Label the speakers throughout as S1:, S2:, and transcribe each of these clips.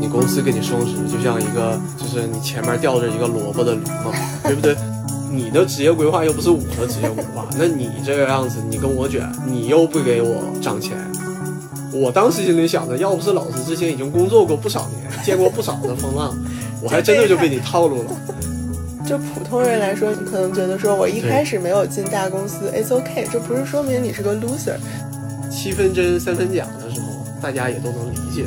S1: 你公司给你升职，就像一个就是你前面吊着一个萝卜的驴嘛，对不对？你的职业规划又不是我的职业规划，那你这个样子，你跟我卷，你又不给我涨钱。我当时心里想着，要不是老子之前已经工作过不少年，见过不少的风浪，我还真的就被你套路了。
S2: 就普通人来说，你可能觉得说我一开始没有进大公司，it's okay，这不是说明你是个 loser。
S1: 七分真三分假的时候，大家也都能理解。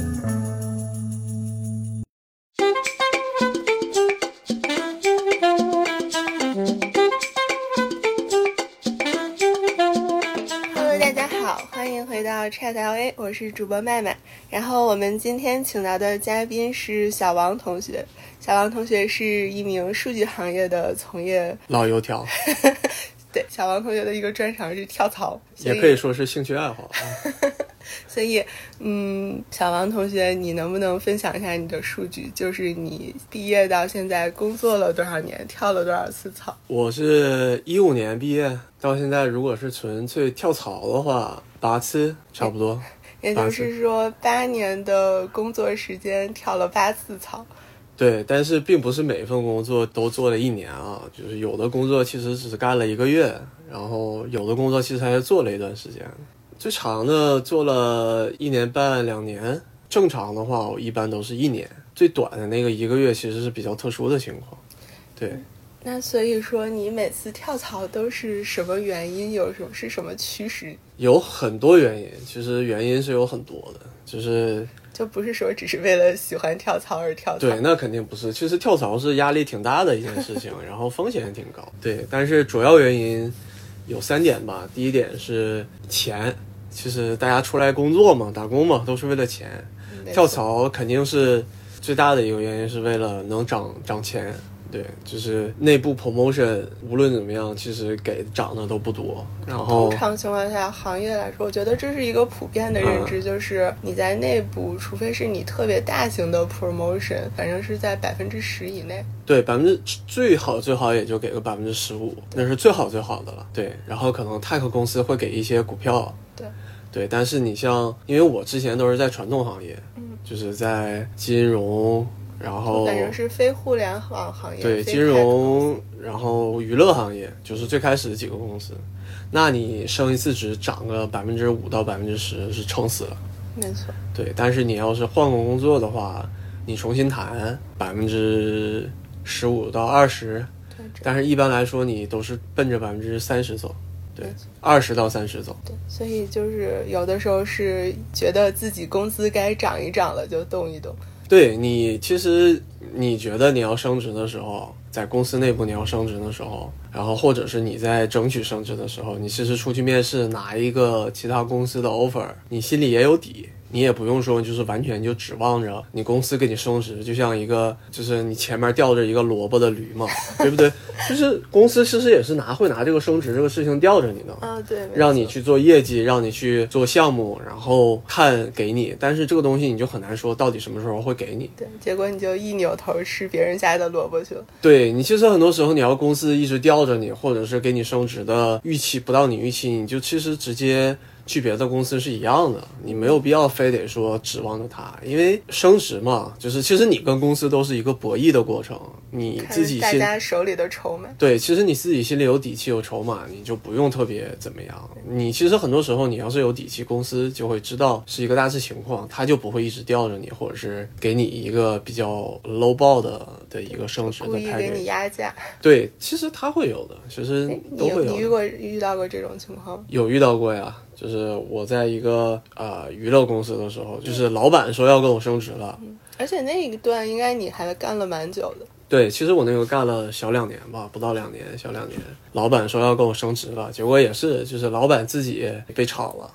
S2: Hello，大家好，欢迎回到 Chat LA，我是主播麦麦。然后我们今天请到的嘉宾是小王同学，小王同学是一名数据行业的从业。
S1: 老油条
S2: 对，小王同学的一个专长是跳槽，所
S1: 也可以说是兴趣爱好啊。
S2: 所以，嗯，小王同学，你能不能分享一下你的数据？就是你毕业到现在工作了多少年，跳了多少次槽？
S1: 我是一五年毕业到现在，如果是纯粹跳槽的话，八次差不多。
S2: 也
S1: 八
S2: 就
S1: 次
S2: 是说，八年的工作时间跳了八次槽。
S1: 对，但是并不是每一份工作都做了一年啊，就是有的工作其实只干了一个月，然后有的工作其实还做了一段时间，最长的做了一年半两年，正常的话我一般都是一年，最短的那个一个月其实是比较特殊的情况。对，
S2: 那所以说，你每次跳槽都是什么原因？有什么是什么驱使？
S1: 有很多原因，其实原因是有很多的，就是
S2: 就不是说只是为了喜欢跳槽而跳槽。
S1: 对，那肯定不是。其实跳槽是压力挺大的一件事情，然后风险也挺高。对，但是主要原因有三点吧。第一点是钱，其实大家出来工作嘛，打工嘛，都是为了钱。
S2: 没错
S1: 跳槽肯定是最大的一个原因，是为了能涨涨钱。对，就是内部 promotion，无论怎么样，其实给涨的都不多。然后
S2: 通常情况下，行业来说，我觉得这是一个普遍的
S1: 嗯
S2: 认知，就是你在内部，除非是你特别大型的 promotion，反正是在百分之十以内。
S1: 对，百分之最好最好也就给个百分之十五，那是最好最好的了。对，然后可能 tech 公司会给一些股票，
S2: 对，
S1: 对，但是你像，因为我之前都是在传统行业，嗯，就是在金融，然后
S2: 反正是非互联网行业，
S1: 哦对
S2: 非
S1: 金
S2: tech 公司
S1: 融，然后娱乐行业，就是最开始的几个公司，那你升一次职涨个百分之五到百分之十是撑死了。
S2: 没错，
S1: 对，但是你要是换个工作的话，你重新谈百分之十五到二十，
S2: 对这
S1: 但是一般来说你都是奔着百分之三十走，对
S2: 没错，
S1: 二十到三十走。
S2: 对，所以就是有的时候是觉得自己工资该涨一涨了，就动一动。
S1: 对你，其实你觉得你要升职的时候，在公司内部你要升职的时候，然后或者是你在争取升职的时候，你其实出去面试拿一个其他公司的 offer，你心里也有底，你也不用说就是完全就指望着你公司给你升职，就像一个就是你前面吊着一个萝卜的驴嘛，对不对？ 就是公司其实也是拿会拿这个升职这个事情吊着你的。
S2: 啊，对，没
S1: 让你
S2: 错
S1: 去做业绩，让你去做项目，然后看给你，但是这个东西你就很难说到底什么时候会给你。
S2: 对，结果你就一扭头吃别人家的萝卜去了。
S1: 对你，其实很多时候你要公司一直吊着你，或者是给你升职的预期不到你预期，你就其实直接去别的公司是一样的，你没有必要非得说指望着他，因为升职嘛，就是其实你跟公司都是一个博弈的过程，你
S2: 看
S1: 自己
S2: 大
S1: 心
S2: 家手里的筹码，
S1: 对，其实你自己心里有底气、有筹码，你就不用特别怎么样。你其实很多时候，你要是有底气，公司就会知道是一个大致情况，他就不会一直吊着你，或者是给你一个比较 low 报的呃的一个升职
S2: 故
S1: 的
S2: 意
S1: package。
S2: 给你压价。
S1: 对，其实他会有的，其实
S2: 你
S1: 都会
S2: 你遇
S1: 有的。
S2: 过遇到过这种情况吗？
S1: 有遇到过呀，就是我在一个呃娱乐公司的时候，就是老板说要跟我升职了。
S2: 而且那一段应该你还干了蛮久 的，
S1: 对，其实我那个干了小两年吧，不到两年，小两年。老板说要跟我升职了，结果也是，就是老板自己被炒了。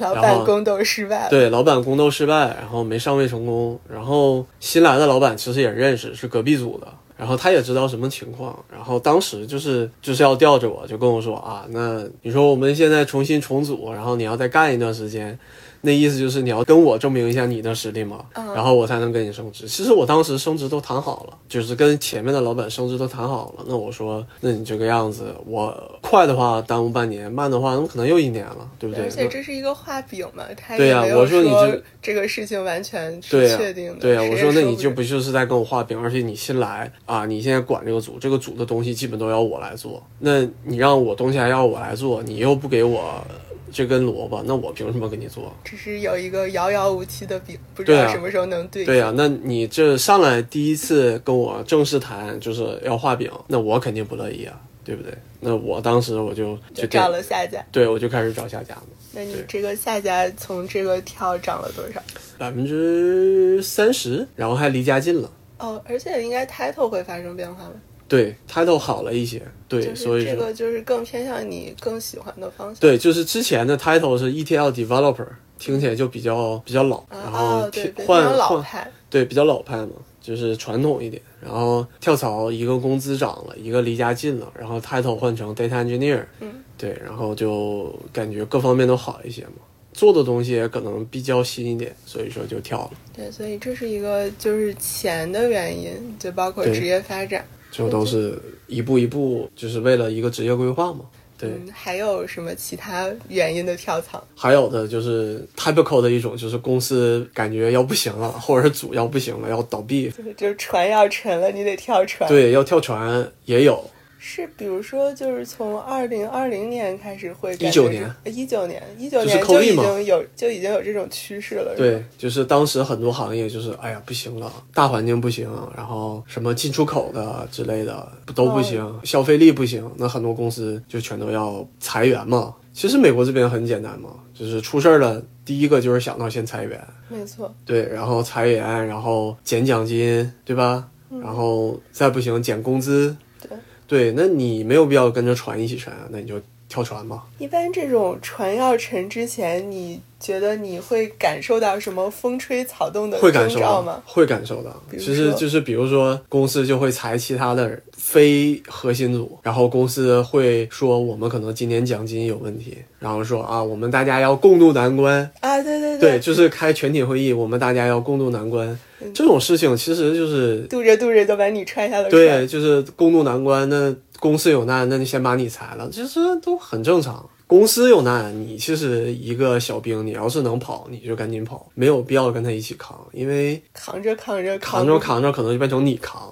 S2: 老板宫斗失败了。
S1: 对，老板宫斗失败，然后没上位成功，然后新来的老板其实也认识，是隔壁组的，然后他也知道什么情况，然后当时就是就是要吊着我，就跟我说啊，那你说我们现在重新重组，然后你要再干一段时间。那意思就是你要跟我证明一下你的实力嘛，
S2: 嗯
S1: 然然后我才能给你升职。其实我当时升职都谈好了，就是跟前面的老板升职都谈好了。那我说，那你这个样子，我快的话耽误半年，慢的话那可能又一年了，对不对？
S2: 而且这是一个画饼嘛，他
S1: 对
S2: 也
S1: 呀
S2: 没
S1: 我
S2: 有
S1: 说你这
S2: 这个事情完全
S1: 对
S2: 是
S1: 呀、
S2: 确定的。
S1: 对呀、
S2: 谁
S1: 我
S2: 也
S1: 说那
S2: 不
S1: 你就
S2: 准
S1: 不就是在跟我画饼，而且你新来啊，你现在管这个组，这个组的东西基本都要我来做，那你让我东西还要我来做，你又不给我这根萝卜，那我凭什么给你做？
S2: 只是有一个遥遥无期的饼，不知
S1: 对
S2: 道
S1: 啊
S2: 什么时候能对
S1: 对
S2: 上
S1: 呀、那你这上来第一次跟我正式谈就是要画饼，那我肯定不乐意啊，对不对？那我当时我就就
S2: 就
S1: 给
S2: 涨了下家。
S1: 对我就开始找下家了，
S2: 那你
S1: 对
S2: 这个下家从这个跳涨了多少？
S1: 百分之三十，然后还离家近了。
S2: 哦，而且应该 title 会发生变化吗？
S1: 对，title 好了一些，对，
S2: 就
S1: 所以
S2: 是
S1: 说
S2: 这个就是更偏向你更喜欢的方向。
S1: 对，就是之前的 title 是 ETL developer，听起来就比较比较老，
S2: 啊，
S1: 然后
S2: 哦，对
S1: 跳
S2: 对，非
S1: 换
S2: 常老
S1: 换
S2: 派。
S1: 对比较老派嘛，就是传统一点。然后跳槽一个工资涨了，一个离家近了，然后 title 换成 data engineer，
S2: 嗯，
S1: 对，然后就感觉各方面都好一些嘛，做的东西也可能比较新一点，所以说就跳了，
S2: 对，所以这是一个就是钱的原因，就包括
S1: 对
S2: 职业发展。
S1: 就都是一步一步，就是为了一个职业规划嘛。对，
S2: 嗯，还有什么其他原因的跳槽？
S1: 还有的就是 typical 的一种，就是公司感觉要不行了，或者是组要不行了，要倒闭，
S2: 就是就是船要沉了，你得跳船。，
S1: 对，要跳船也有，
S2: 是比如说就是从二零二零年开始会
S1: 19年，
S2: 一呃九年，一九
S1: 就是
S2: 年就
S1: COVID
S2: 已
S1: 嘛
S2: 经有就已经有这种趋势了。是吧，
S1: 对，就是当时很多行业就是，哎呀不行了，大环境不行，然后什么进出口的之类的都不行，消费力不行，那很多公司就全都要裁员嘛。其实美国这边很简单嘛，就是出事儿了，第一个就是想到先裁员，
S2: 没错，
S1: 对，然后裁员，然后减奖金，对吧？然后再不行减工资，
S2: 嗯对。
S1: 对，那你没有必要跟着船一起沉啊，那你就跳船嘛。
S2: 一般这种船要沉之前，你觉得你会感受到什么风吹草动的
S1: 会感
S2: 征
S1: 受
S2: 兆
S1: 到
S2: 吗，？
S1: 会感受到。
S2: 比如
S1: 其实
S2: 说
S1: 就是比如说，公司就会裁其他的非核心组，然后公司会说我们可能今年奖金有问题，然后说啊，我们大家要共度难关。
S2: 啊，对对嗯
S1: 对，就是开全体会议，我们大家要共度难关。这种事情其实就是
S2: 渡着渡着就把你踹下了
S1: 对，
S2: 船。
S1: 就是共度难关。那公司有难，那你先把你裁了，其实都很正常。公司有难，你其实一个小兵，你要是能跑，你就赶紧跑，没有必要跟他一起扛，因为
S2: 扛着扛着扛
S1: 扛着扛着可能就变成你扛，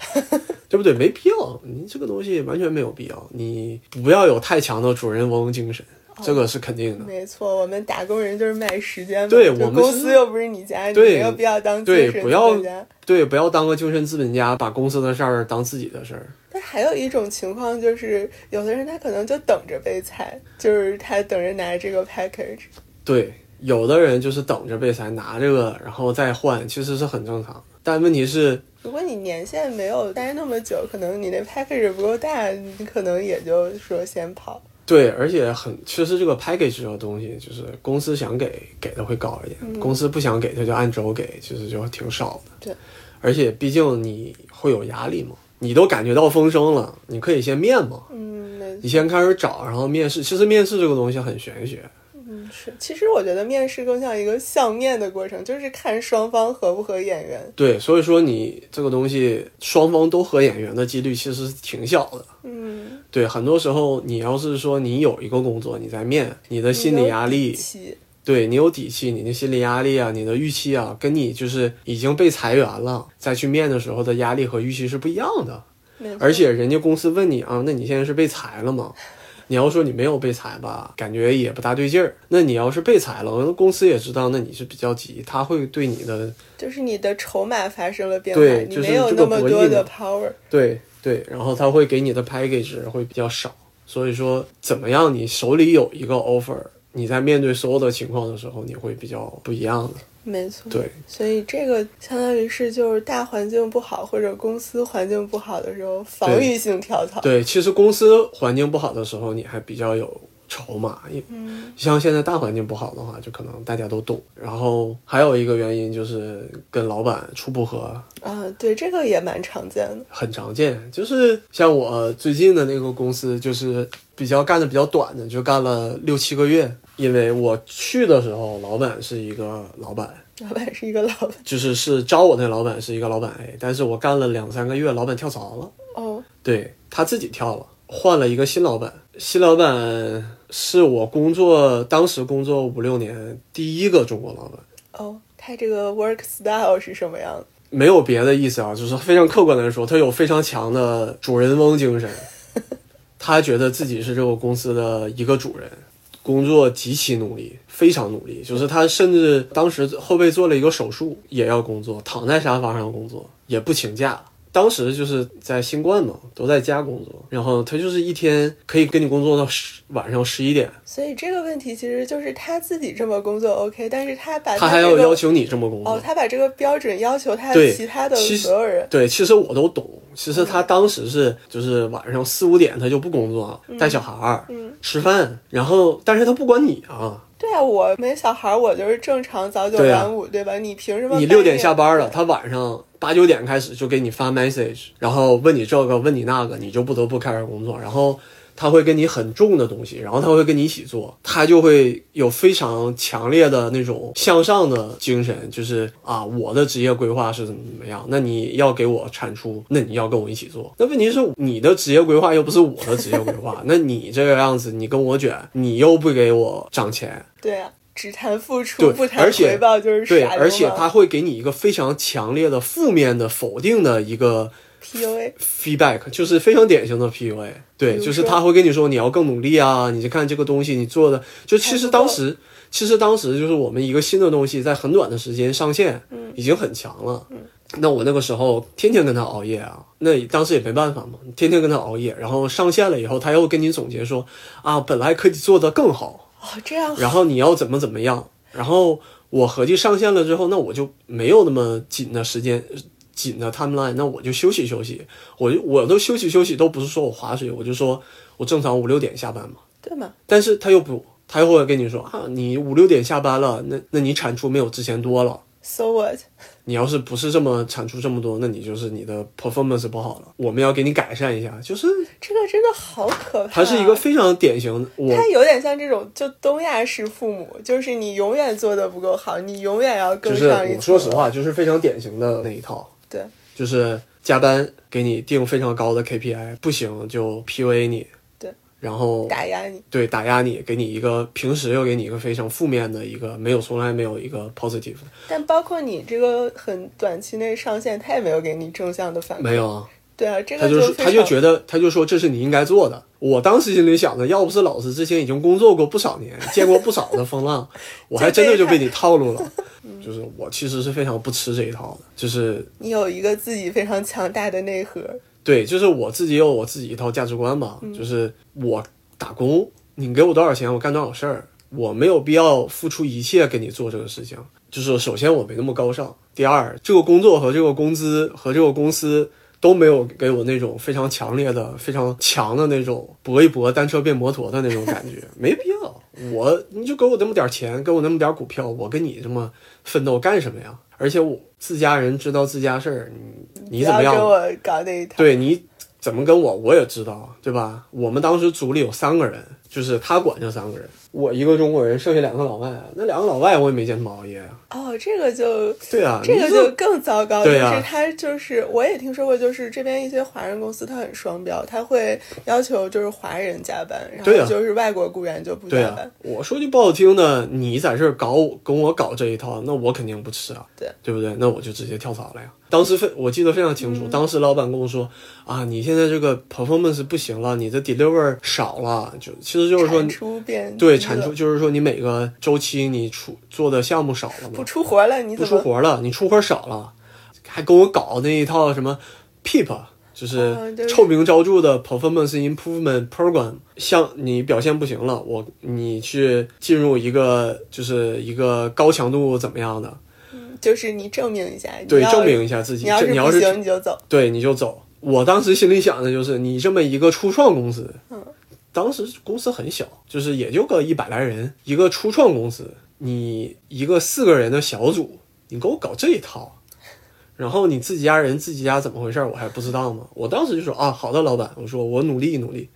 S1: 对不对？没必要，你这个东西完全没有必要，你不要有太强的主人翁精神，这个是肯定的。
S2: 没错，我们打工人就是卖时间嘛。
S1: 对
S2: 就
S1: 我们
S2: 公
S1: 是
S2: 司又不是你家，你
S1: 对
S2: 没有必要当
S1: 对
S2: 精神
S1: 不要
S2: 资本家。
S1: 对，不要当个精神资本家，把公司的事儿当自己的事儿。
S2: 但还有一种情况就是，有的人他可能就等着被裁，就是他等着拿这个 package。
S1: 对，有的人就是等着被裁，拿这个然后再换，其实是很正常的。但问题是，
S2: 如果你年限没有待那么久，可能你那 package 不够大，你可能也就说先跑。
S1: 对，而且很，其实这个 package 这个东西，就是公司想给给的会高一点，公司不想给他就按周给，其实就挺少的。
S2: 嗯对，
S1: 而且毕竟你会有压力嘛，你都感觉到风声了，你可以先面嘛，
S2: 嗯，那
S1: 你先开始找，然后面试。其实面试这个东西很玄学，
S2: 嗯是。其实我觉得面试更像一个相面的过程，就是看双方合不合眼缘。
S1: 对，所以说你这个东西双方都合眼缘的几率其实是挺小的。
S2: 嗯，
S1: 对，很多时候你要是说你有一个工作，你在面，你的心理压
S2: 有底
S1: 力，
S2: 气
S1: 对你有底气，你的心理压力啊，你的预期啊，跟你就是已经被裁员了，再去面的时候的压力和预期是不一样的。
S2: 没错
S1: 而且人家公司问你啊，那你现在是被裁了吗？你要说你没有被裁吧，感觉也不大对劲儿。那你要是被裁了，那公司也知道，那你是比较急，他会对你的
S2: 就是你的筹码发生了变化，
S1: 对
S2: 你
S1: 就是
S2: 没有
S1: 这
S2: 那
S1: 个
S2: 么
S1: 博弈
S2: 多的
S1: 嘛
S2: power。
S1: 对对，然后他会给你的 package 会比较少。所以说，怎么样，你手里有一个 offer，你在面对所有的情况的时候，你会比较不一样的。
S2: 没错，
S1: 对，
S2: 所以这个相当于是就是大环境不好或者公司环境不好的时候，防御性跳槽。
S1: 对，其实公司环境不好的时候，你还比较有筹码。因
S2: 嗯，
S1: 像现在大环境不好的话，就可能大家都懂。然后还有一个原因就是跟老板处不和，
S2: 啊，对，这个也蛮常见的。
S1: 很常见。就是像我最近的那个公司，就是比较干的比较短的，就干了六七个月。因为我去的时候，老板是一个老板，
S2: 老板是一个老板
S1: 就是是招我那老板是一个老板 A，但是我干了两三个月，老板跳槽了，
S2: 哦，
S1: 对他自己跳了，换了一个新老板。新老板是我工作当时工作五六年第一个中国老板，
S2: 哦，他这个 work style 是什么样的？
S1: 没有别的意思啊，就是非常客观来说，他有非常强的主人翁精 神，他觉得自己是这个公司的一个主人，工作极其努力，非常努力，就是他甚至当时后背做了一个手术也要工作，躺在沙发上工作也不请假。当时就是在新冠嘛，都在家工作，然后他就是一天可以跟你工作到十晚上十一点，
S2: 所以这个问题其实就是他自己这么工作 OK，但是他把
S1: 他还
S2: 哎这
S1: 要
S2: 个
S1: 要求你这么工作。
S2: 哦，他把这个标准要求他
S1: 对
S2: 其他的
S1: 其实
S2: 所有人，嗯
S1: 对，其实我都懂。其实他当时是就是晚上四五点他就不工作了，带小孩儿、
S2: 嗯
S1: 吃饭，然后但是他不管你啊，
S2: 对啊，我没小孩儿，我就是正常早九
S1: 对啊
S2: 晚五，对吧？你凭什么半夜？
S1: 你六点下班了，他晚上八九点开始就给你发 message，然后问你这个问你那个，你就不得不开始工作，然后。他会跟你很重的东西，然后他会跟你一起做，他就会有非常强烈的那种向上的精神，就是啊，我的职业规划是怎么怎么样，那你要给我产出，那你要跟我一起做。那问题是你的职业规划又不是我的职业规划，那你这个样子，你跟我卷，你又不给我涨钱，
S2: 对啊，只谈付出
S1: 对
S2: 不谈
S1: 而且
S2: 回报，就是
S1: 对，
S2: 傻流
S1: 而且
S2: 氓
S1: 他会给你一个非常强烈的负面的否定的一个
S2: PUA，
S1: feedback，就是非常典型的 PUA。
S2: 比
S1: 对，
S2: 如
S1: 就是
S2: 说
S1: 他会跟你说你要更努力啊，你就看这个东西你做的，就其实
S2: 还不够
S1: 当时。其实当时就是我们一个新的东西在很短的时间上线，
S2: 嗯
S1: 已经很强了。那我那个时候天天跟他熬夜啊，那当时也没办法嘛，天天跟他熬夜。然后上线了以后，他又跟你总结说啊，本来可以做得更好，
S2: 哦，这样
S1: 然后你要怎么怎么样，然后我合计上线了之后，那我就没有那么紧的时间。紧的 timeline，那我就休息休息，我就我都休息休息，都不是说我划水，我就说我正常五六点下班嘛。
S2: 对吗？
S1: 但是他又不，他又会跟你说啊，你五六点下班了，那那你产出没有之前多了，
S2: So what？
S1: 你要是不是这么产出这么多，那你就是你的 performance 不好了，我们要给你改善一下。就是
S2: 这个真的好可怕、啊。
S1: 他是一个非常典型的，我
S2: 他有点像这种就东亚式父母，就是你永远做的不够好，你永远要更
S1: 就是
S2: 上一层。
S1: 我说实，话，就是非常典型的那一套。
S2: 对，
S1: 就是加班给你定非常高的 KPI，不行就 PUA 你，
S2: 对，
S1: 然后
S2: 打压你。
S1: 对打压你，给你一个平时又给你一个非常负面的一个没有从来没有一个 positive，
S2: 但包括你这个很短期内上线，他也没有给你正向的反馈。
S1: 没。有啊，
S2: 对啊，这
S1: 他
S2: 个
S1: 就
S2: 非
S1: 是
S2: 常
S1: 他就觉得他就说这是你应该做的。我当时心里想的，要不是老子之前已经工作过不少年，见过不少的风 浪，我还真的就被你套路了。就是我其实是非常不吃这一套的，就是
S2: 你有一个自己非常强大的内核。
S1: 对，就是我自己有我自己一套价值观吧，
S2: 嗯
S1: 就是我打工，你给我多少钱，我干多少事儿，我没有必要付出一切给你做这个事情。就是首先我没那么高尚，第二，这个工作和这个工资和这个公司都没有给我那种非常强烈的、非常强的那种搏一搏单车变摩托的那种感觉，没必要。我你就给我那么点儿钱，给我那么点儿股票，我跟你这么奋斗干什么呀？而且我自家人知道自家事儿，你你怎么样
S2: 不？要跟我搞那一套。
S1: 对你怎么跟我，我也知道，对吧？我们当时组里有三个人，就是他管这三个人，我一个中国人，剩下两个老外。啊那两个老外我也没见他们熬夜啊。
S2: 哦，这个就
S1: 对啊，
S2: 这个
S1: 你这
S2: 就更糟糕，
S1: 对
S2: 就
S1: 啊
S2: 是他就是我也听说过，就是这边一些华人公司他很双标，他会要求就是华人加班，然
S1: 对啊
S2: 后就是外国雇员就不
S1: 对
S2: 加
S1: 啊
S2: 班。，
S1: 我说句不好听的，你在这儿搞我跟我搞这一套，那我肯定不吃啊，
S2: 对
S1: 对不对？那我就直接跳槽了呀。当时非我记得非常清楚，
S2: 嗯
S1: 当时老板跟我说啊，你现在这个 performance 不行了，你的 deliver 少了，就其实就是说
S2: 产
S1: 你
S2: 出变
S1: 对
S2: 低
S1: 产出，
S2: 了
S1: 就是说你每个周期你出做的项目少了嘛
S2: 不，出活了，你
S1: 不
S2: 怎
S1: 出
S2: 么？
S1: 活了，你出活少了，还跟我搞那一套什么 PEEP，就是
S2: 嗯对
S1: 臭名昭著的 Performance Improvement Program。像你表现不行了，我你去进入一个就是一个高强度怎么样的，
S2: 就是你证明一下，你
S1: 对，
S2: 要
S1: 证明一下自己。
S2: 你要
S1: 这
S2: 是
S1: 你要
S2: 不
S1: 是
S2: 行你就走，
S1: 对你就走。我当时心里想的就是，你这么一个初创公司，
S2: 嗯，
S1: 当时公司很小，就是也就个一百来人，一个初创公司，你一个四个人的小组，你给我搞这一套，然后你自己家人自己家怎么回事儿我还不知道吗？我当时就说啊，好的，老板，我 说我努力努力，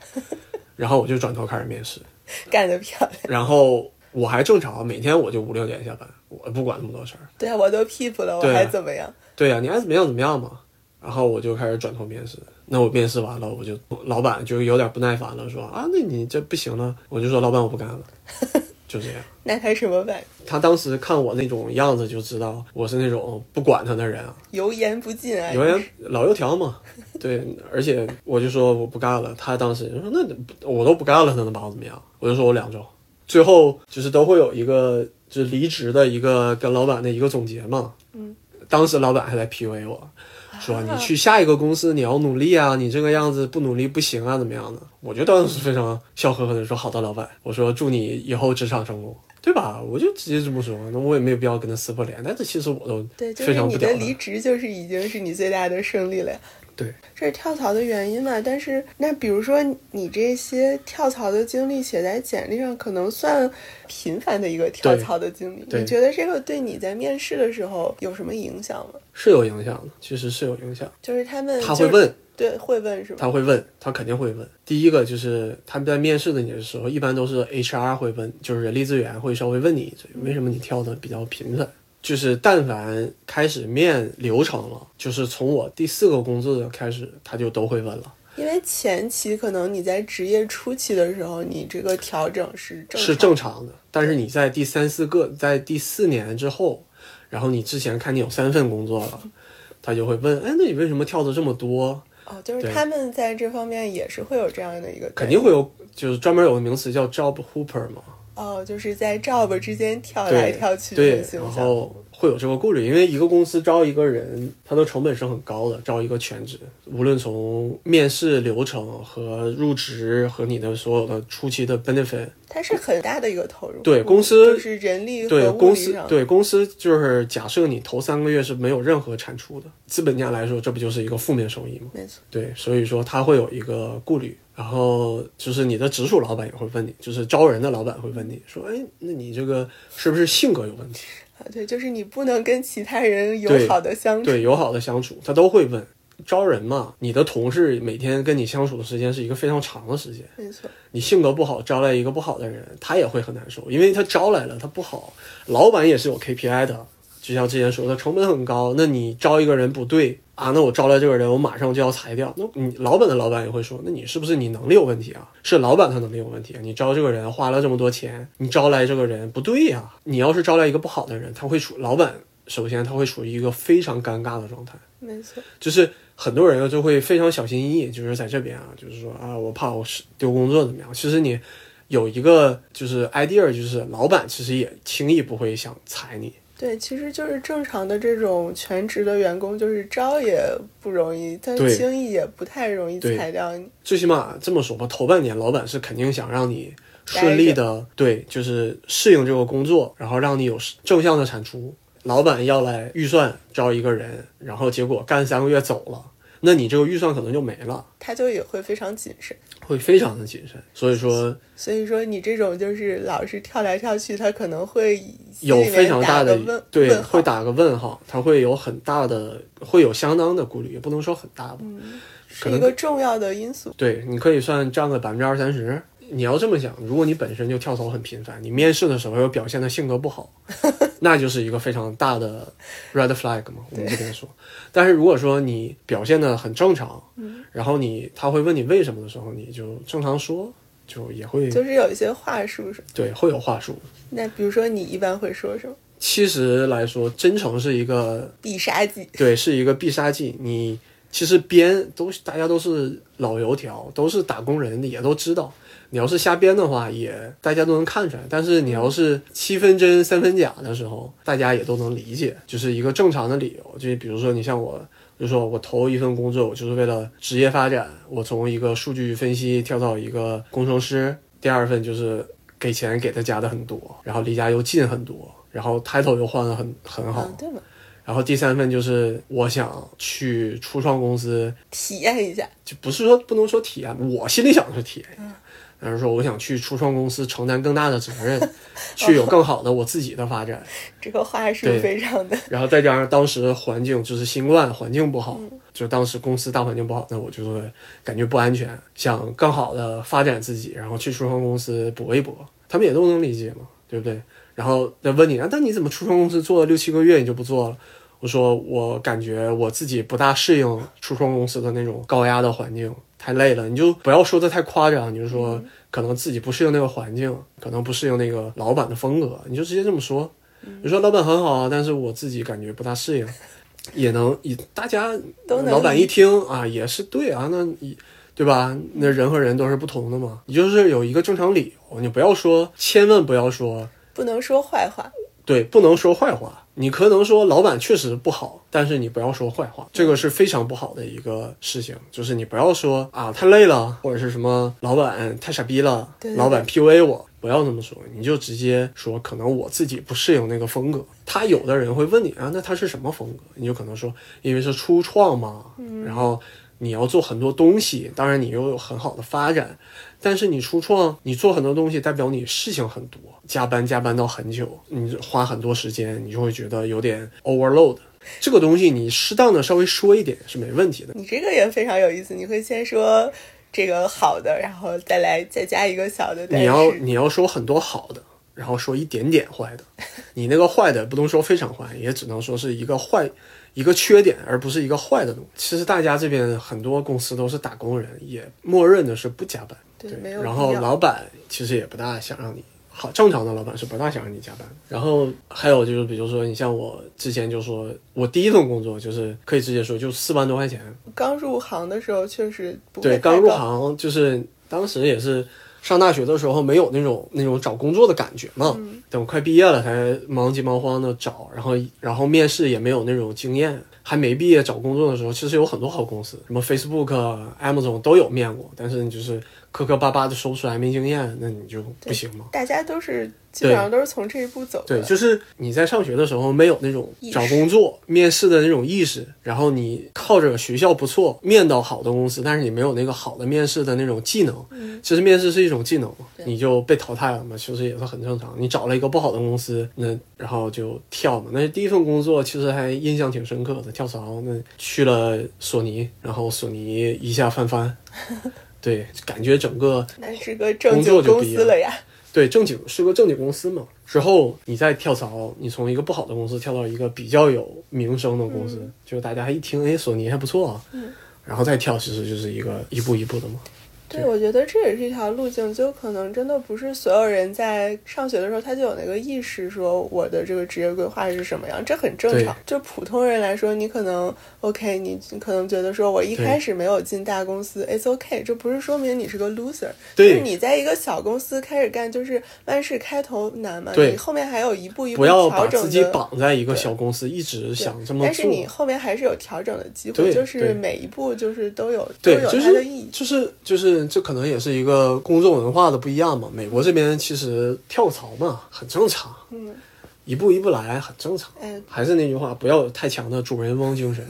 S1: 然后我就转头开始面试，
S2: 干得漂亮。
S1: 然后我还正常，每天我就五六点下班，我不管那么多事儿。
S2: 对啊，我都 peep 了，我
S1: 对啊
S2: 还怎么样？
S1: 对呀、你爱怎么样怎么样嘛。然后我就开始转头面试，那我面试完了，我就老板就有点不耐烦了，说啊，那你这不行了，我就说老板我不干了， 就这样。
S2: 那他什么反应？
S1: 他当时看我那种样子就知道我是那种不管他的人啊，
S2: 油盐不进啊！
S1: 有人老油条嘛，对，而且我就说我不干了，他当时就说那我都不干了，他能把我怎么样？我就说我两周，最后就是都会有一个就是离职的一个跟老板的一个总结嘛，
S2: 嗯，啊
S1: 当时老板还在 PUA 我。说你去下一个公司，你要努力啊！你这个样子不努力不行啊，怎么样的？我就当时非常笑呵呵的说：“好的，老板，我说祝你以后职场成功，对吧？”我就直接这么说，那我也没有必要跟他撕破脸。但是其实我都
S2: 对，就
S1: 非
S2: 是
S1: 常
S2: 你
S1: 不屌
S2: 的
S1: 他
S2: 离职就是已经是你最大的胜利了呀。
S1: 对，
S2: 这是跳槽的原因嘛？但是那比如说你这些跳槽的经历写在简历上，可能算频繁的一个跳
S1: 对
S2: 槽的经历。
S1: 对
S2: 你觉得这个对你在面试的时候有什么影响吗？
S1: 是有影响的，其实是有影响。
S2: 就是他们
S1: 他
S2: 就
S1: 会
S2: 是，
S1: 问，
S2: 对，会问是吧？
S1: 他会问，他肯定会问。第一个就是他们在面试的你的时候，一般都是 HR 会问，就是人力资源会稍微问你一嘴，为什么你跳的比较频繁？就是但凡开始面流程了，就是从我第四个工作开始，他就都会问了，
S2: 因为前期可能你在职业初期的时候，你这个调整是正
S1: 是
S2: 常
S1: 正常的。但是你在第三四个，在第四年之后，然后你之前看你有三份工作了，他就会问，哎，那你为什么跳的这么多？
S2: 哦，就是
S1: 对
S2: 他们在这方面也是会有这样的一个概
S1: 肯
S2: 念
S1: 定会有，就是专门有个名词叫 job hooper 嘛，
S2: 哦，就是在 job 之间跳哦来
S1: 对
S2: 跳去
S1: 对
S2: 的，形
S1: 然
S2: 象。
S1: 后会有这个顾虑，因为一个公司招一个人，他的成本是很高的，招一个全职，无论从面试流程和入职和你的所有的初期的 benefit，
S2: 它是很大的一个投入，
S1: 对
S2: 嗯
S1: 公司
S2: 就是人力
S1: 对
S2: 和物
S1: 公
S2: 力
S1: 司
S2: 上，
S1: 对公司就是假设你头三个月是没有任何产出的，资本家来说，这不就是一个负面收益吗？
S2: 没错，
S1: 对，所以说他会有一个顾虑，然后就是你的直属老板也会问你，就是招人的老板会问你说，哎，那你这个是不是性格有问题？
S2: 啊，对，就是你不能跟其他人友
S1: 对
S2: 好的相处，
S1: 对友好的相处，他都会问。招人嘛，你的同事每天跟你相处的时间是一个非常长的时间。
S2: 没错，
S1: 你性格不好，招来一个不好的人，他也会很难受，因为他招来了他不好，老板也是有 KPI 的。就像之前说的，成本很高，那你招一个人不对啊，那我招来这个人，我马上就要裁掉。那你老板的老板也会说，那你是不是你能力有问题啊？是老板他能力有问题啊？你招这个人花了这么多钱，你招来这个人不对呀、你要是招来一个不好的人，他会处老板首先他会处于一个非常尴尬的状态。
S2: 没错，
S1: 就是很多人就会非常小心翼翼，就是在这边啊，就是说啊，我怕我是丢工作怎么样？其实你有一个就是 idea，就是老板其实也轻易不会想裁你。
S2: 对，其实就是正常的这种全职的员工，就是招也不容易，但
S1: 对
S2: 轻易也不太容易
S1: 对
S2: 裁掉你，
S1: 最起码这么说吧，头半年老板是肯定想让你顺利的，对，就是适应这个工作，然后让你有正向的产出。老板要来预算招一个人，然后结果干三个月走了，那你这个预算可能就没了，
S2: 他就也会非常谨慎。
S1: 会非常的谨慎。所以说，
S2: 所以说，你这种就是老是跳来跳去，他可能会心
S1: 有
S2: 里面
S1: 非常大
S2: 打
S1: 的
S2: 个问
S1: 对，
S2: 问号
S1: 会打个问号，他会有很大的，会有相当的顾虑，也不能说很大吧。
S2: 是
S1: 可
S2: 一
S1: 能
S2: 个重要的因素。
S1: 对，你可以算占个百分之二三十。你要这么想，如果你本身就跳槽很频繁，你面试的时候又表现的性格不 好，那就是一个非常大的 red flag 嘛，我们这边说。但是如果说你表现的很正常，
S2: 嗯
S1: 然后你他会问你为什么的时候，你就正常说，就也会
S2: 就是有一些话术，
S1: 对会有话术。
S2: 那比如说你一般会说什么
S1: 其实来说，真诚是一个
S2: 必杀技？
S1: 对，是一个必杀技。你其实编都是大家都是老油条，都是打工人，也都知道。你要是瞎编的话，也大家都能看出来。但是你要是七分真三分假的时候，大家也都能理解，就是一个正常的理由。就比如说，你像我，就说我投一份工作，我就是为了职业发展，我从一个数据分析跳到一个工程师。第二份就是给钱给他加的很多，然后离家又近很多，然后 title 又换的很很好
S2: 嗯，，对嘛，
S1: 然后第三份就是我想去初创公司，
S2: 体验一下，
S1: 就不是说不能说体验，我心里想的是体验一下，但是说我想去初创公司承担更大的责任，去有更好的我自己的发展。
S2: 这个话术
S1: 对
S2: 非常的
S1: 然后再加上当时环境就是新冠环境不好，就当时公司大环境不好，那我就会感觉不安全，想更好的发展自己，然后去初创公司搏一搏，他们也都能理解嘛。对不对？然后再问你，啊，但你怎么初创公司做了六七个月你就不做了？我说我感觉我自己不大适应初创公司的那种高压的环境，太累了。你就不要说的太夸张，你就
S2: 嗯
S1: 说可能自己不适应那个环境，可能不适应那个老板的风格，你就直接这么说。
S2: 嗯
S1: 你说老板很好啊，但是我自己感觉不大适应，也能以大家
S2: 都能
S1: 老板一听啊，也是对啊，那一对吧？那人和人都是不同的嘛，你就是有一个正常理由，你不要说，千万不要说
S2: 不能说坏话。
S1: 对，不能说坏话。你可能说老板确实不好，但是你不要说坏话，这个是非常不好的一个事情。就是你不要说啊太累了，或者是什么老板太傻逼了，
S2: 对对对
S1: 老板 PUA 我，不要那么说，你就直接说可能我自己不适应那个风格。他有的人会问你啊，那他是什么风格？你就可能说因为是初创嘛，然后你要做很多东西，当然你又有很好的发展，但是你初创，你做很多东西，代表你事情很多，加班加班到很久，你花很多时间，你就会觉得有点 overload。这个东西你适当的稍微说一点是没问题的。
S2: 你这个也非常有意思，你会先说这个好的，然后再来再加一个小的，但
S1: 你要
S2: 是
S1: 你要说很多好的，然后说一点点坏 的，你那个坏的不能说非常坏，也只能说是一个坏一个缺点，而不是一个坏的东西。其实大家这边很多公司都是打工人，也默认的是不加班，
S2: 对
S1: 对，
S2: 嗯没有
S1: 然
S2: 必
S1: 后
S2: 要
S1: 老板其实也不大想让你。好，正常的老板是不大想让你加班的。然后还有就是，比如说你像我之前就说，我第一份工作就是可以直接说，就四万多块钱，
S2: 刚入行的时候确实不会
S1: 对，
S2: 太
S1: 刚入
S2: 高，
S1: 行就是当时也是上大学的时候没有那种那种找工作的感觉嘛，
S2: 嗯
S1: 等快毕业了才忙急忙慌的找，然后然后面试也没有那种经验。还没毕业找工作的时候，其实有很多好公司，什么 Facebook、Amazon 都有面过，但是你就是磕磕巴巴的说不出来，没经验，那你就不行嘛。
S2: 大家都是基本上都是从这一步走的。
S1: 对，就是你在上学的时候没有那种
S2: 意识
S1: 找工作、面试的那种意识，然后你靠着学校不错面到好的公司，但是你没有那个好的面试的那种技能。
S2: 嗯
S1: 其实面试是一种技能嘛，你就被淘汰了嘛，其实也是很正常。你找了一个不好的公司，那然后就跳嘛。那第一份工作其实还印象挺深刻的，跳槽那去了索尼，然后索尼一下翻 番，对，感觉整个
S2: 那是个正
S1: 工
S2: 经
S1: 作就
S2: 公
S1: 不一样
S2: 司了呀，
S1: 对，正经是个正经公司嘛。之后你再跳槽，你从一个不好的公司跳到一个比较有名声的公司，
S2: 嗯
S1: 就大家还一听，哎，索尼还不错啊。然后再跳，其实就是一个一步一步的嘛。
S2: 对，我觉得这也是一条路径，就可能真的不是所有人在上学的时候他就有那个意识，说我的这个职业规划是什么样，这很正常。就普通人来说，你可能 OK，你你可能觉得说我一
S1: 对
S2: 开始没有进大公司，It's OK，这不是说明你是个 loser，就
S1: 对
S2: 是你在一个小公司开始干，就是万事开头难嘛，
S1: 对
S2: 你后面还有一步一步
S1: 不要把
S2: 调
S1: 自
S2: 整
S1: 己
S2: 的。
S1: 绑在一个小公司，一直想这么
S2: 但是
S1: 做。
S2: 你后面还是有调整的机会，
S1: 对
S2: 就是
S1: 对
S2: 每一步就是都有
S1: 对
S2: 都，有
S1: 就
S2: 它的
S1: 是
S2: 意义。
S1: 就是就是，这可能也是一个工作文化的不一样嘛。美国这边其实跳槽嘛很正常，
S2: 嗯，
S1: 一步一步来很正常。
S2: 哎，
S1: 还是那句话，不要有太强的主人翁精神。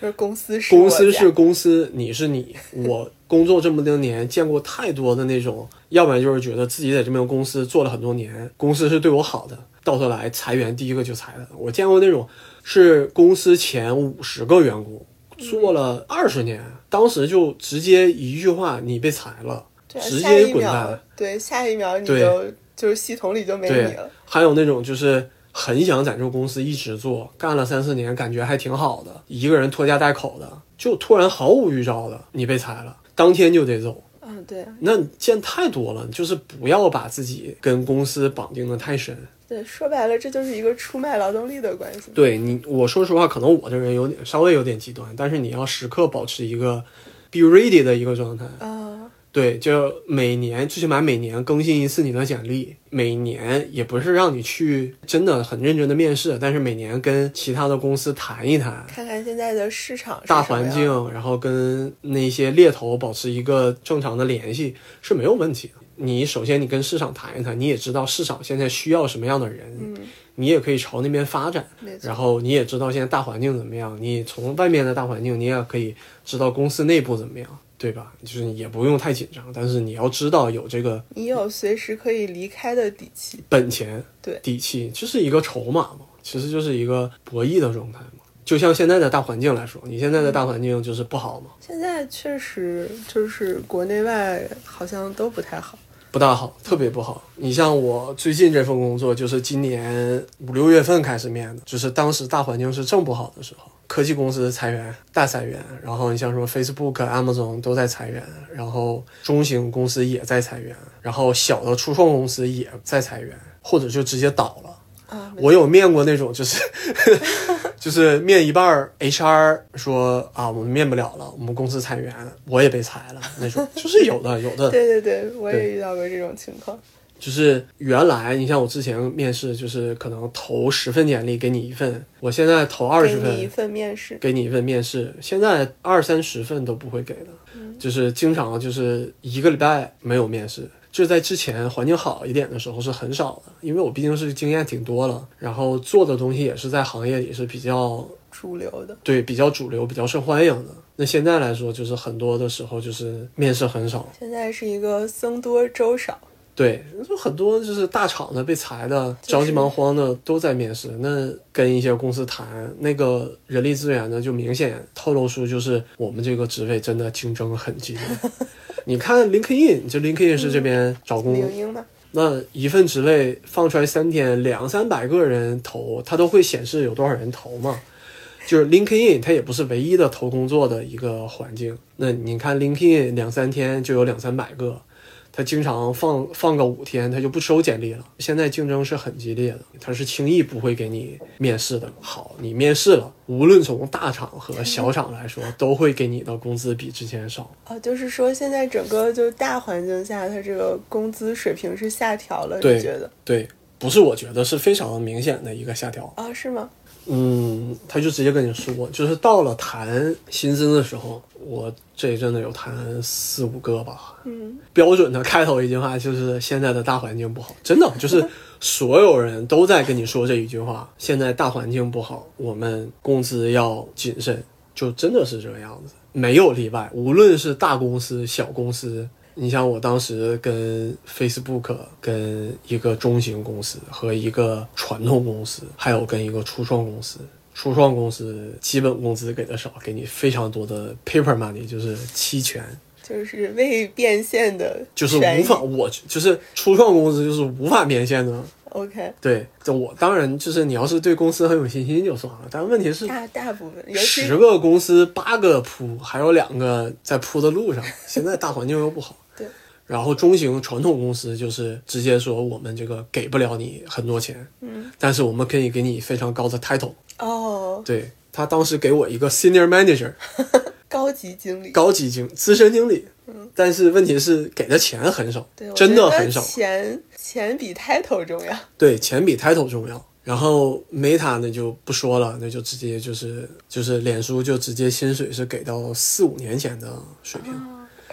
S2: 就是公司是
S1: 公
S2: 我
S1: 司
S2: 家
S1: 是公司，你是你。 我工作这么多年，见过太多的那种，要不然就是觉得自己在这边公司做了很多年，公司是对我好的，到头来裁员第一个就裁了。我见过那种是公司前五十个员工，
S2: 嗯
S1: 做了二十年，当时就直接一句话你被裁了，
S2: 对啊
S1: 直
S2: 下
S1: 接
S2: 一
S1: 滚
S2: 秒
S1: 蛋。，
S2: 对，下一秒你
S1: 对
S2: 就就是系统里就没
S1: 对
S2: 你了。
S1: 还有那种就是很想在这个公司一直做，干了三四年，感觉还挺好的，一个人拖家带口的，就突然毫无预兆的你被裁了，当天就得走。
S2: 嗯，对
S1: 那见太多了，就是不要把自己跟公司绑定的太深。
S2: 对，说白了，这就是一个出卖劳动力的关系。
S1: 对你，我说实话，可能我这人有点稍微有点极端，但是你要时刻保持一个 be ready 的一个状态。
S2: 啊，
S1: 对，就每年最起码每年更新一次你的简历，每年也不是让你去真的很认真的面试，但是每年跟其他的公司谈一谈
S2: 看看现在的市场是
S1: 大
S2: 什么
S1: 环
S2: 样
S1: 境，然后跟那些猎头保持一个正常的联系是没有问题的。你首先你跟市场谈一谈，你也知道市场现在需要什么样的人，
S2: 嗯
S1: 你也可以朝那边发展。
S2: 没错
S1: 然后你也知道现在大环境怎么样，你从外面的大环境，你也可以知道公司内部怎么样，对吧？就是你也不用太紧张，但是你要知道有这个
S2: 你有随时可以离开的底气。
S1: 本钱、
S2: 对
S1: 底气，就是一个筹码嘛，其实就是一个博弈的状态嘛。就像现在的大环境来说，你现在的大环境就是不好嘛，
S2: 现在确实就是国内外好像都不太好，
S1: 不大好，特别不好。你像我最近这份工作，就是今年五六月份开始面的，就是当时大环境是正不好的时候，科技公司裁员，大裁员。然后你像什么 Facebook、Amazon 都在裁员，然后中型公司也在裁员，然后小的初创公司也在裁员，或者就直接倒了。
S2: 啊，
S1: 我有面过那种，就是 就是面一半儿，HR 说啊，我们面不了了，我们公司裁员，我也被裁了那种，就是有的有的，
S2: 对对对，我也遇到过这种情况。
S1: 就是原来你像我之前面试，就是可能投十份简历给你一份，我现在投二
S2: 给
S1: 十
S2: 你一
S1: 份
S2: 份面试，
S1: 给你一份面试，现在二三十份都不会给的，
S2: 嗯
S1: 就是经常就是一个礼拜没有面试。就是在之前环境好一点的时候是很少的，因为我毕竟是经验挺多了，然后做的东西也是在行业里是比较
S2: 主流的，
S1: 对比较主流、比较受欢迎的。那现在来说，就是很多的时候就是面试很少，
S2: 现在是一个僧多粥少。
S1: 对，就很多就是大厂的被裁的，着急忙慌的都在面试。那跟一些公司谈，那个人力资源呢，就明显透露出就是我们这个职位真的竞争很激烈。你看 LinkedIn，就 LinkedIn 是这边找工，
S2: 领英嘛，
S1: 那一份职位放出来三天，两三百个人投，它都会显示有多少人投嘛。就是 LinkedIn，它也不是唯一的投工作的一个环境。那你看 LinkedIn 两三天就有两三百个，它经常放放个五天，它就不收简历了。现在竞争是很激烈的，它是轻易不会给你面试的。好，你面试了，无论从大厂和小厂来说，都会给你的工资比之前少。
S2: 哦，就是说现在整个就大环境下，它这个工资水平是下调了，
S1: 对
S2: 你觉得？
S1: 对，不是我觉得是非常明显的一个下调。
S2: 啊、是吗？
S1: 嗯，他就直接跟你说，就是到了谈薪资的时候，我这一阵子有谈四五个吧。
S2: 嗯，
S1: 标准的开头一句话就是现在的大环境不好，真的就是所有人都在跟你说这一句话，现在大环境不好，我们工资要谨慎，就真的是这个样子，没有例外，无论是大公司、小公司。你像我当时跟 Facebook、跟一个中型公司和一个传统公司，还有跟一个初创公司，初创公司基本工资给的少，给你非常多的 paper money，就是期权，
S2: 就是未变现的
S1: 就
S2: 权益，
S1: 是无法，我就是初创公司就是无法变现的。
S2: OK，
S1: 对，这我当然就是你要是对公司很有信心就算了，但问题是
S2: 大大部分，尤其
S1: 十个公司八个铺，还有两个在铺的路上。现在大环境又不好，
S2: 对，
S1: 然后中型传统公司就是直接说我们这个给不了你很多钱，
S2: 嗯，
S1: 但是我们可以给你非常高的 title。
S2: 哦，
S1: 对他当时给我一个 senior manager，
S2: 高级经理，
S1: 高级经资深经理，但是问题是给的钱很少
S2: 嗯对，，我
S1: 真
S2: 觉
S1: 的
S2: 得
S1: 很少。
S2: 钱钱比 title 重要。
S1: 对，钱比 title 重要。然后 Meta 呢就不说了，那就直接就是就是脸书就直接薪水是给到四五年前的水平，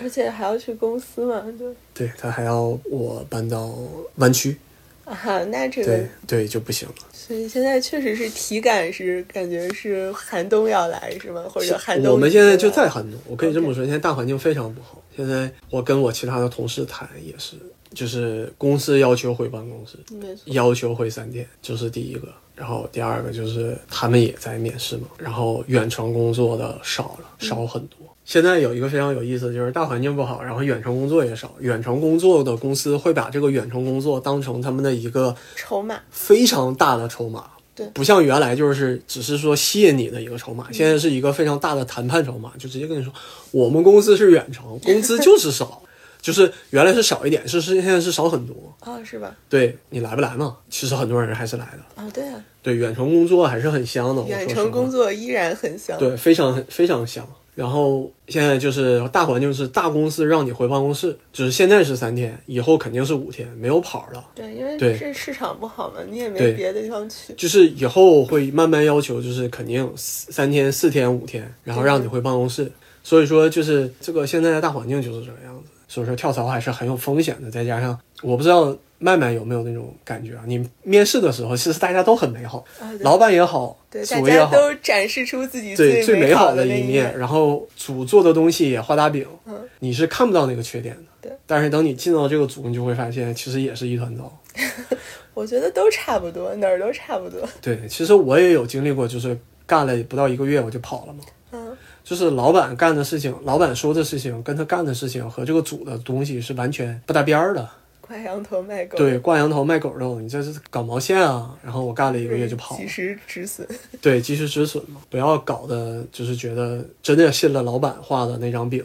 S2: 而且还要去公司嘛，就
S1: 对他还要我搬到湾区，
S2: 啊，那这个
S1: 对，对就不行了。
S2: 所以现在确实是体感是感觉是寒冬要来是吗？或者寒冬已经来了，
S1: 我们现在就在寒冬，我可以这么说，现在大环境非常不好。现在我跟我其他的同事谈也是，就是公司要求回办公室，
S2: 没错，
S1: 要求回三天，这是第一个。然后第二个就是他们也在面试嘛，然后远程工作的少了，少很多。现在有一个非常有意思的就是大环境不好，然后远程工作也少。远程工作的公司会把这个远程工作当成他们的一个
S2: 筹码
S1: 非常大的筹码。
S2: 对
S1: 不像原来就是只是说吸引你的一个筹码，现在是一个非常大的谈判筹码，就直接跟你说，我们公司是远程，工资就是少， 就是原来是少一点，是是现在是少很多。
S2: 啊、是吧？
S1: 对你来不来嘛？其实很多人还是来的。
S2: 啊、对啊，
S1: 对，远程工作还是很香的。我说
S2: 远
S1: 实
S2: 程
S1: 话
S2: 工作依然很香。
S1: 对，非常非常香。然后现在就是大环境是大公司让你回办公室，只是现在是三天，以后肯定是五天，没有跑了。
S2: 对，因为
S1: 对
S2: 这市场不好嘛，你也没
S1: 对
S2: 别的地方去。
S1: 就是以后会慢慢要求，就是肯定四三天、四天、五天，然后让你回办公
S2: 嗯
S1: 室。所以说，就是这个现在的大环境就是这个样子。所以说跳槽还是很有风险的，再加上我不知道麦麦有没有那种感觉啊？你面试的时候，其实大家都很美好，
S2: 啊对
S1: 老板也好，
S2: 对，大
S1: 组也
S2: 家
S1: 好，
S2: 都展示出自己
S1: 对最
S2: 美
S1: 好
S2: 的那
S1: 一
S2: 面。
S1: 然后组做的东西也画大饼，
S2: 嗯
S1: 你是看不到那个缺点的。
S2: 对，
S1: 但是等你进到这个组，你就会发现其实也是一团糟。
S2: 我觉得都差不多，哪儿都差不多。
S1: 对，其实我也有经历过，就是干了不到一个月我就跑了嘛。
S2: 嗯，
S1: 就是老板干的事情，老板说的事情，跟他干的事情和这个组的东西是完全不搭边儿的。
S2: 挂羊头卖狗肉，
S1: 对，挂羊头卖狗肉，你这是搞毛线啊！然后我干了一个月就跑了
S2: 及，时止 损。
S1: 对，及时止损嘛，不要搞的，就是觉得真的信了老板画的那张饼。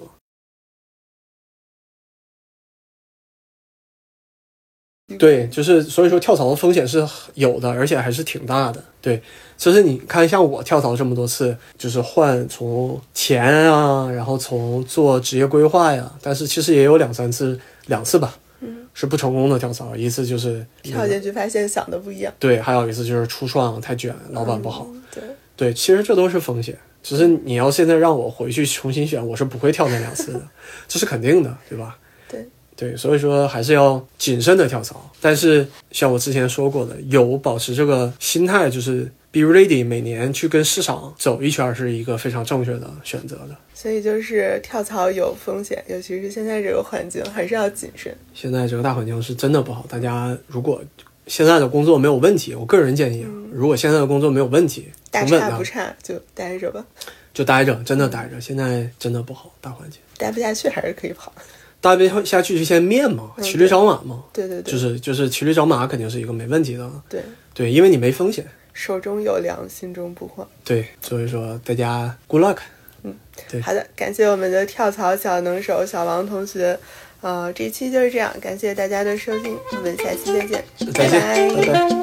S1: 对，就是所以说跳槽的风险是有的，而且还是挺大的。对，就是你看，像我跳槽这么多次，就是换从钱啊，然后从做职业规划呀，但是其实也有两三次，两次吧，是不成功的跳槽，一次就是
S2: 嗯跳进去发现想的不一样，
S1: 对，还有一次就是初创太卷，老板不好。
S2: 嗯。对，
S1: 对，其实这都是风险。只是你要现在让我回去重新选，我是不会跳那两次的， 这是肯定的，对吧？
S2: 对
S1: 对，所以说还是要谨慎的跳槽。但是像我之前说过的，有保持这个心态，就是 be ready，每年去跟市场走一圈儿是一个非常正确的选择的。
S2: 所以就是跳槽有风险，尤其是现在这个环境，还是要谨慎。
S1: 现在这个大环境是真的不好，大家如果现在的工作没有问题，我个人建议啊，如果现在的工作没有问题，
S2: 嗯大
S1: 平稳
S2: 差嗯
S1: 的
S2: 不差就待着吧，
S1: 就待着，真的待着。现在真的不好，大环境。
S2: 待不下去还是可以跑。
S1: 大家别下去就先面嘛，骑驴找马嘛，
S2: 对嗯对对，
S1: 就是就是骑驴找马肯定是一个没问题的，
S2: 对，
S1: 对，因为你没风险，
S2: 手中有粮，心中不慌。
S1: 对，所以说大家 good luck，对
S2: 好的，感谢我们的跳槽小能手小王同学。呃，这一期就是这样，感谢大家的收听，我们下期再见，
S1: 再见，
S2: 拜
S1: 拜拜